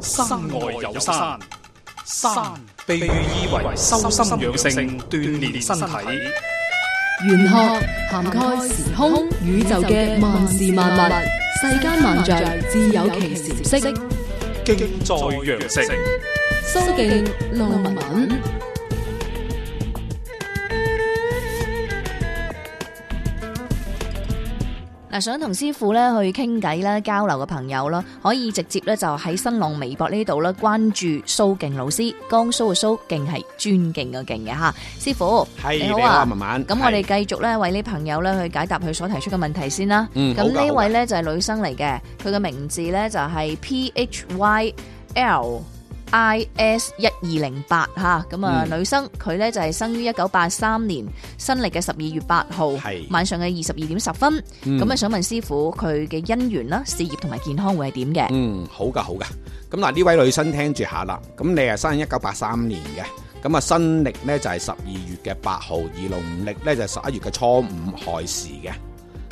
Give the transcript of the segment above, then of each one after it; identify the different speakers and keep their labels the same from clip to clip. Speaker 1: 山外有山，山被喻意為修心養性、鍛煉身體。
Speaker 2: 玄學涵蓋時空宇宙嘅萬事萬物，世間萬象自有其時色。
Speaker 1: 敬在羊城，
Speaker 2: 蘇敬路文。
Speaker 3: 嗱，想同師傅咧去傾偈咧交流嘅朋友啦，可以直接咧就喺新浪微博呢度咧關注蘇敬老師，江蘇嘅蘇，敬係尊敬嘅敬嘅吓。師傅，
Speaker 4: 係
Speaker 3: 你好
Speaker 4: 你好
Speaker 3: 啊
Speaker 4: 啊，文文
Speaker 3: 咁我哋
Speaker 4: 係
Speaker 3: 繼續咧為呢朋友咧去解答佢所提出嘅問題先啦。
Speaker 4: 嗯
Speaker 3: 咁
Speaker 4: 好㗎
Speaker 3: 呢位
Speaker 4: 好㗎
Speaker 3: 咧就係女生嚟嘅，佢嘅名字咧就係 P H Y L。I S 一二零八吓，咁啊、
Speaker 4: 嗯
Speaker 3: 女生佢咧就係生於一九八三年新歷嘅十二月八號
Speaker 4: 係
Speaker 3: 晚上嘅二十二點十分，
Speaker 1: 嗯
Speaker 3: 咁啊、想問師傅佢嘅姻緣啦、事業同埋健康會係點嘅？
Speaker 4: 嗯，好噶好噶。咁嗱，呢位女生聽住下啦。咁你係生一九八三年嘅，咁啊新歷呢就係十二月嘅八號，而農曆呢就係十一月嘅初五亥時嘅。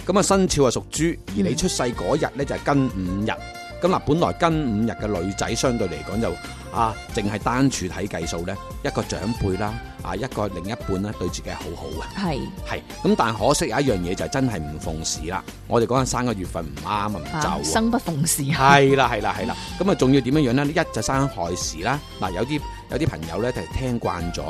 Speaker 4: 咁啊生肖係屬豬，而你出世嗰日呢就係庚午日。咁嗱，本來庚午日嘅女仔相對嚟講就啊，淨係單處睇計數呢，一個長輩啦，啊一個另一半呢，對自己係好好嘅。
Speaker 3: 係
Speaker 4: 係咁，但可惜有一樣嘢就係真係唔奉事啦。我哋嗰陣生嘅月份唔啱啊，唔
Speaker 3: 啊，
Speaker 4: 就啊。
Speaker 3: 生不逢 時啊，
Speaker 4: 係啦，係啦，係啦。咁啊，仲要點樣樣呢？一就生亥時啦。嗱，有啲有啲朋友呢，就係聽慣咗，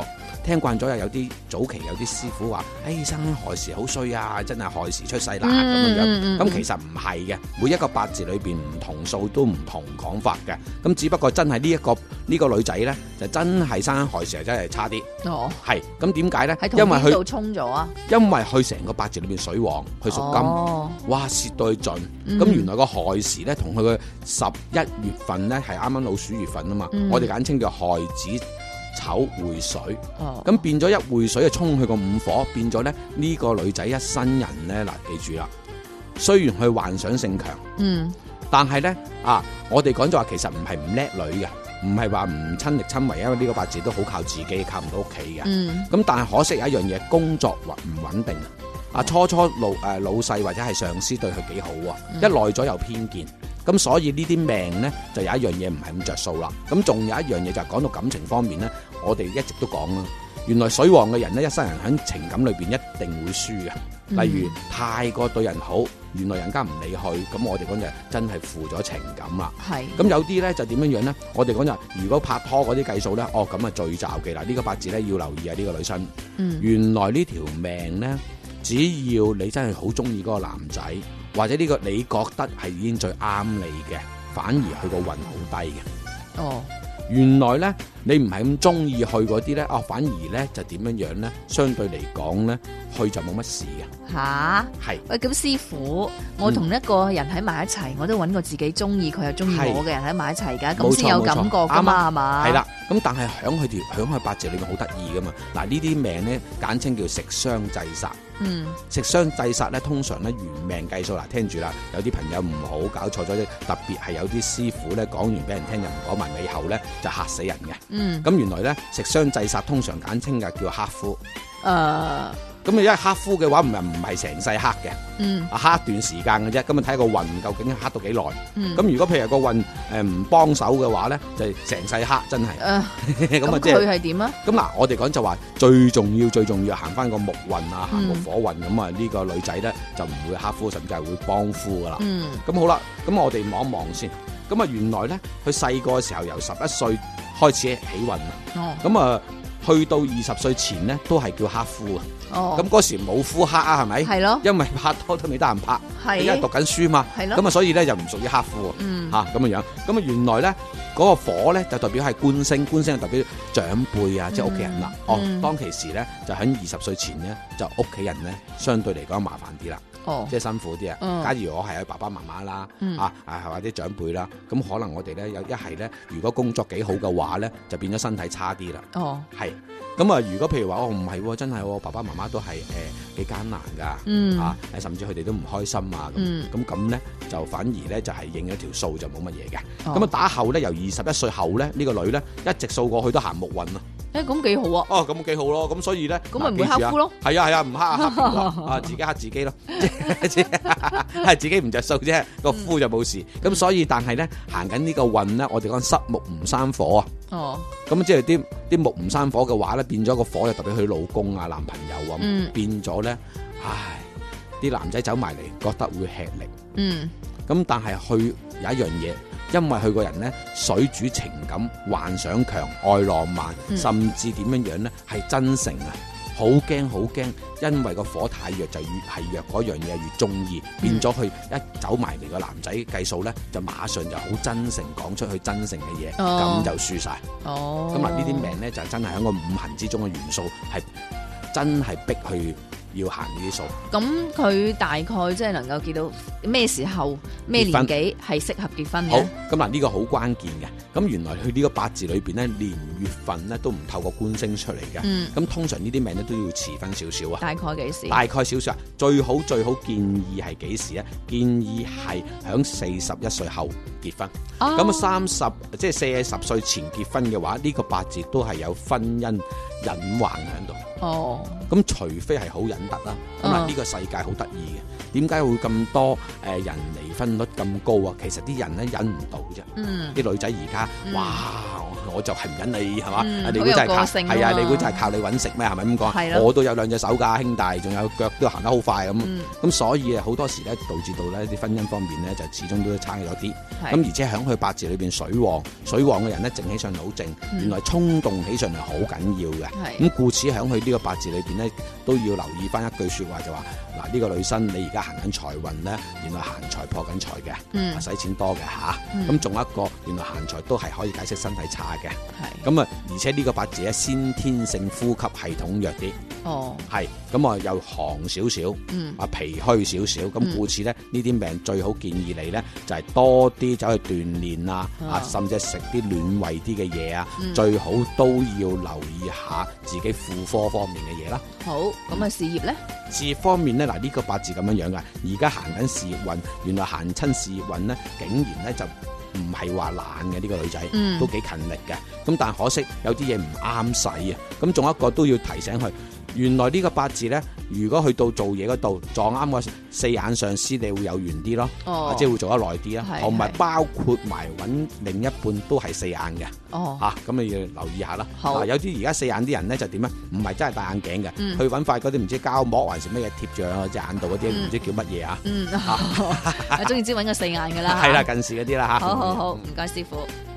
Speaker 4: 聽慣咗又有啲早期有啲師傅話：，誒、生亥時好衰啊，真係亥時出世啦咁樣樣。
Speaker 3: 嗯嗯嗯
Speaker 4: 咁其實唔係嘅，每一個八字裏邊唔同數都唔同講法嘅。咁只不過真係呢一個呢、個女仔呢，就真係生亥時係真係差啲。
Speaker 3: 哦，
Speaker 4: 係咁點解呢？
Speaker 3: 喺同
Speaker 4: 因為
Speaker 3: 邊
Speaker 4: 佢
Speaker 3: 度衝咗啊？
Speaker 4: 因為佢成個八字裏邊水旺，佢屬金。
Speaker 3: 哦
Speaker 4: 哇蝕到去盡，咁、
Speaker 3: 嗯
Speaker 4: 原來個亥時咧同佢嘅十一月份咧係啱啱老鼠月份啊嘛，
Speaker 3: 嗯
Speaker 4: 我哋簡稱叫亥子丑會水，
Speaker 3: 哦，
Speaker 4: 咁變咗一會水就沖去個五火，變咗咧呢、個女仔一生人咧嗱，記住啦，雖然佢幻想性強，
Speaker 3: 嗯
Speaker 4: 但係咧啊，我哋講就話其實唔係唔叻女嘅，唔係話唔親力親為，因啊為呢個八字都好靠自己，靠唔到屋企嘅。
Speaker 3: 嗯
Speaker 4: 咁但係可惜有一樣嘢，工作穩唔穩定啊！啊，初初老誒、老細或者係上司對佢幾好喎，一耐咗有偏見，咁所以呢啲命呢，就有一樣嘢唔係咁着數啦。咁仲有一樣嘢就係講到感情方面呢，我哋一直都講啦，原來水旺嘅人呢，一生人喺情感裏邊一定會輸嘅。啊例如太過對人好，原來人家唔理佢，咁我哋講就真係負咗情感啦。
Speaker 3: 係，
Speaker 4: 咁有啲咧就點樣樣咧？我哋講就係如果拍拖嗰啲計數咧，哦咁啊最罩忌啦！呢、個八字咧要留意啊，呢、個女生。
Speaker 3: 嗯
Speaker 4: 原來呢條命咧，只要你真係好中意嗰個男仔，或者呢個你覺得係已經最啱你嘅，反而佢個運好低嘅。
Speaker 3: 哦，
Speaker 4: 原來咧，你唔係咁中意去嗰啲咧，哦，反而咧就點樣樣咧？相對嚟講咧，去就冇乜事嘅，
Speaker 3: 吓。
Speaker 4: 係。
Speaker 3: 喂，咁師傅，我同一個人喺埋一齊，我都揾個自己中意佢又中意
Speaker 4: 係
Speaker 3: 我嘅人喺埋一齊㗎，
Speaker 4: 冇
Speaker 3: 咁
Speaker 4: 錯
Speaker 3: 先有
Speaker 4: 冇錯
Speaker 3: 感覺㗎
Speaker 4: 啱啊
Speaker 3: 嘛，係嘛？
Speaker 4: 係，啦，咁但係響佢條響佢八字裏面好得意噶嘛，嗱呢啲命咧簡稱叫食傷制殺，
Speaker 3: 嗯，
Speaker 4: 食傷制殺咧通常咧原命計數嗱，聽住啦，有啲朋友唔好搞錯咗，特別係有啲師傅咧講完俾人聽就唔講埋尾後咧就嚇死人嘅，
Speaker 3: 嗯，
Speaker 4: 咁原來咧食傷制殺通常簡稱嘅啊叫克夫，
Speaker 3: 誒，
Speaker 4: 咁你一克夫嘅話唔係唔係成世黑嘅，
Speaker 3: 嗯
Speaker 4: 啊黑一段時間嘅啫，咁啊睇個運究竟黑到幾耐，
Speaker 3: 嗯，
Speaker 4: 咁如果譬如個運誒唔幫手嘅話咧，就成世黑真係，
Speaker 3: 誒，
Speaker 4: 咁啊
Speaker 3: 咁
Speaker 4: 即係
Speaker 3: 佢。係點啊？
Speaker 4: 咁嗱，我哋講就話最重要、最重要行翻個木運啊，行
Speaker 3: 嗯
Speaker 4: 木火運咁啊，呢個女仔咧就唔會克夫，甚至係會幫夫噶啦。
Speaker 3: 嗯。
Speaker 4: 咁、好啦，咁我哋望一望先。咁啊，原來咧，佢細個嘅時候由十一歲開始起運啊，
Speaker 3: 哦
Speaker 4: 咁啊去到二十歲前咧都係叫克夫啊。
Speaker 3: 哦，
Speaker 4: 咁嗰、時冇夫克啊，係咪？
Speaker 3: 係咯，
Speaker 4: 因為拍拖都未得閒拍，
Speaker 3: 係
Speaker 4: 因為讀緊書嘛。
Speaker 3: 係咯
Speaker 4: 咁啊，所以咧就唔屬於克夫啊。
Speaker 3: 嗯，
Speaker 4: 嚇咁嘅樣。咁啊，原來咧嗰、個火咧就代表係官星，官星就代表長輩啊，即係屋企人啦。
Speaker 3: 嗯
Speaker 4: 哦，當其時咧就喺二十歲前咧，就屋企人咧相對嚟講麻煩啲啦，
Speaker 3: 哦，
Speaker 4: 即係辛苦啲啊。
Speaker 3: 嗯
Speaker 4: 假如我係佢爸爸媽媽啦，
Speaker 3: 嗯
Speaker 4: 啊啊或者長輩啦，咁可能我哋咧有一係咧，如果工作幾好嘅話咧，就變咗身體差啲啦。
Speaker 3: 哦，
Speaker 4: 係咁啊，如果譬如話哦唔係喎，真係喎，爸爸媽媽都呃係誒幾艱難㗎。
Speaker 3: 嗯，
Speaker 4: 啊，誒甚至佢哋都唔開心啊，
Speaker 3: 嗯
Speaker 4: 咁咁咁咧就反而咧就係應咗條數就冇乜嘢嘅。
Speaker 3: 哦
Speaker 4: 咁啊打後咧，由二十一歲後咧，呢、個女咧一直數過去都行木運啊，
Speaker 3: 诶咁幾好啊，
Speaker 4: 哦，咁幾好咯，咁所以咧，
Speaker 3: 咁咪唔會
Speaker 4: 嗱
Speaker 3: 黑夫。咯。
Speaker 4: 記住啊係啊係啊，唔黑啊，黑夫 啊啊，自己黑自己咯， 即即係自己唔着數啫，
Speaker 3: 嗯
Speaker 4: 個夫就冇事。咁所以但係咧，行緊呢個運咧，我哋講濕木唔生火啊。
Speaker 3: 哦，
Speaker 4: 咁即係啲啲木唔生火嘅話咧，變咗個火就特別佢老公啊、男朋友啊，
Speaker 3: 嗯
Speaker 4: 變咗咧，唉，啲男仔走埋嚟覺得會吃力。
Speaker 3: 嗯，
Speaker 4: 咁但係佢有一樣嘢，因為佢個人呢，水主情感、幻想強、愛浪漫，
Speaker 3: 嗯
Speaker 4: 甚至點樣樣呢，係真誠啊！好驚好驚，因為個火太弱就越係弱嗰樣嘢越中意，
Speaker 3: 嗯
Speaker 4: 變咗佢一走埋嚟個男仔計數呢，就馬上就好真誠講出佢真誠嘅嘢，咁、
Speaker 3: 哦
Speaker 4: 就輸晒。
Speaker 3: 哦，
Speaker 4: 咁嗱呢啲命呢，就真係喺個五行之中嘅元素係真係逼佢要行呢啲數。
Speaker 3: 咁佢大概即係能夠見到咩時候、咩年紀係適合結婚
Speaker 4: 好
Speaker 3: 嘅？，
Speaker 4: 咁嗱呢個好關鍵嘅。咁原來佢呢個八字裏邊咧，年月份咧都唔透過官星出嚟嘅。咁、
Speaker 3: 嗯，
Speaker 4: 通常呢啲命咧都要遲婚少少啊，
Speaker 3: 大概幾時？
Speaker 4: 大概少少啊。最好最好建議係幾時咧？建議係響四十一歲後結婚。咁啊
Speaker 3: 咁
Speaker 4: 三十即係四十歲前結婚嘅話，呢、個八字都係有婚姻隱患喺度。
Speaker 3: 哦，
Speaker 4: 咁除非係好忍得啦，咁啊
Speaker 3: 嗯
Speaker 4: 呢個世界好得意嘅，點解會咁多誒、呃人離婚率咁高啊？其實啲人咧忍唔到啫。
Speaker 3: 嗯，
Speaker 4: 啲女仔而家，
Speaker 3: 嗯
Speaker 4: 哇！我就係唔忍你係嘛？
Speaker 3: 嗯
Speaker 4: 啊你估真係
Speaker 3: 好有
Speaker 4: 靠
Speaker 3: 個性啊嘛
Speaker 4: 係啊？你估真係靠你揾食咩？係咪咁
Speaker 3: 係
Speaker 4: 講？
Speaker 3: 咯
Speaker 4: 我都有兩隻手㗎，兄弟，仲有腳都行得好快咁。
Speaker 3: 嗯，
Speaker 4: 咁所以啊，好多時咧，導致到咧啲婚姻方面咧，就始終都差咗啲。
Speaker 3: 係，
Speaker 4: 咁而且喺佢八字裏邊水旺，水旺嘅人咧，靜起上嚟好靜，
Speaker 3: 嗯
Speaker 4: 原來衝動起上嚟好緊要嘅。
Speaker 3: 係，
Speaker 4: 咁故此喺佢呢個八字裏邊咧，都要留意翻一句説話就話：嗱，呢個女生你而家行緊財運咧，原來行財破緊財嘅。啊
Speaker 3: 嗯，
Speaker 4: 使錢多嘅吓，
Speaker 3: 嗯
Speaker 4: 咁仲、有一個原來閒財都係可以解釋身體差嘅，
Speaker 3: 係，
Speaker 4: 咁啊而且呢個八字咧先天性呼吸系統弱啲，
Speaker 3: 哦，
Speaker 4: 係咁啊又寒少少，
Speaker 3: 嗯，
Speaker 4: 啊脾虛少少，
Speaker 3: 嗯
Speaker 4: 咁故此咧呢啲病最好建議你咧就係、多啲走去鍛鍊啊，
Speaker 3: 啊
Speaker 4: 啊甚至係食啲暖胃啲嘅嘢啊，
Speaker 3: 嗯
Speaker 4: 最好都要留意下自己婦科方面嘅嘢啦。
Speaker 3: 好，咁啊事業咧，
Speaker 4: 事業方面咧，嗱、呢個八字咁樣樣噶，啊而家行緊事業運，原來行親事業運咧，竟然咧就唔係話懶嘅呢個女仔，
Speaker 3: 嗯
Speaker 4: 都幾勤力嘅。咁但可惜有啲嘢唔啱使啊。咁仲有一個都要提醒佢，原來呢個八字咧，如果去到做嘢嗰度撞啱個四眼上司，你會有緣啲咯，
Speaker 3: 哦
Speaker 4: 啊，即係會做得耐啲啦
Speaker 3: 係。
Speaker 4: 同埋
Speaker 3: 係
Speaker 4: 包括埋揾另一半都係四眼嘅。
Speaker 3: 哦，
Speaker 4: 啊，咁你要留意下啦。啊
Speaker 3: 好
Speaker 4: 嗱有啲而家四眼啲人咧就點咧？唔係真係戴眼鏡嘅，
Speaker 3: 嗯
Speaker 4: 去揾塊嗰啲唔知膠膜還是乜嘢貼住喺隻眼度嗰啲，
Speaker 3: 嗯
Speaker 4: 唔知叫乜嘢啊？
Speaker 3: 嗯，啊，總言之揾個四眼噶啦，
Speaker 4: 係啦，近視嗰啲啦嚇。
Speaker 3: 好好好，唔該師傅。
Speaker 4: Hãy subscribe cho kênh Ghiền Mì Gõ Để không bỏ lỡ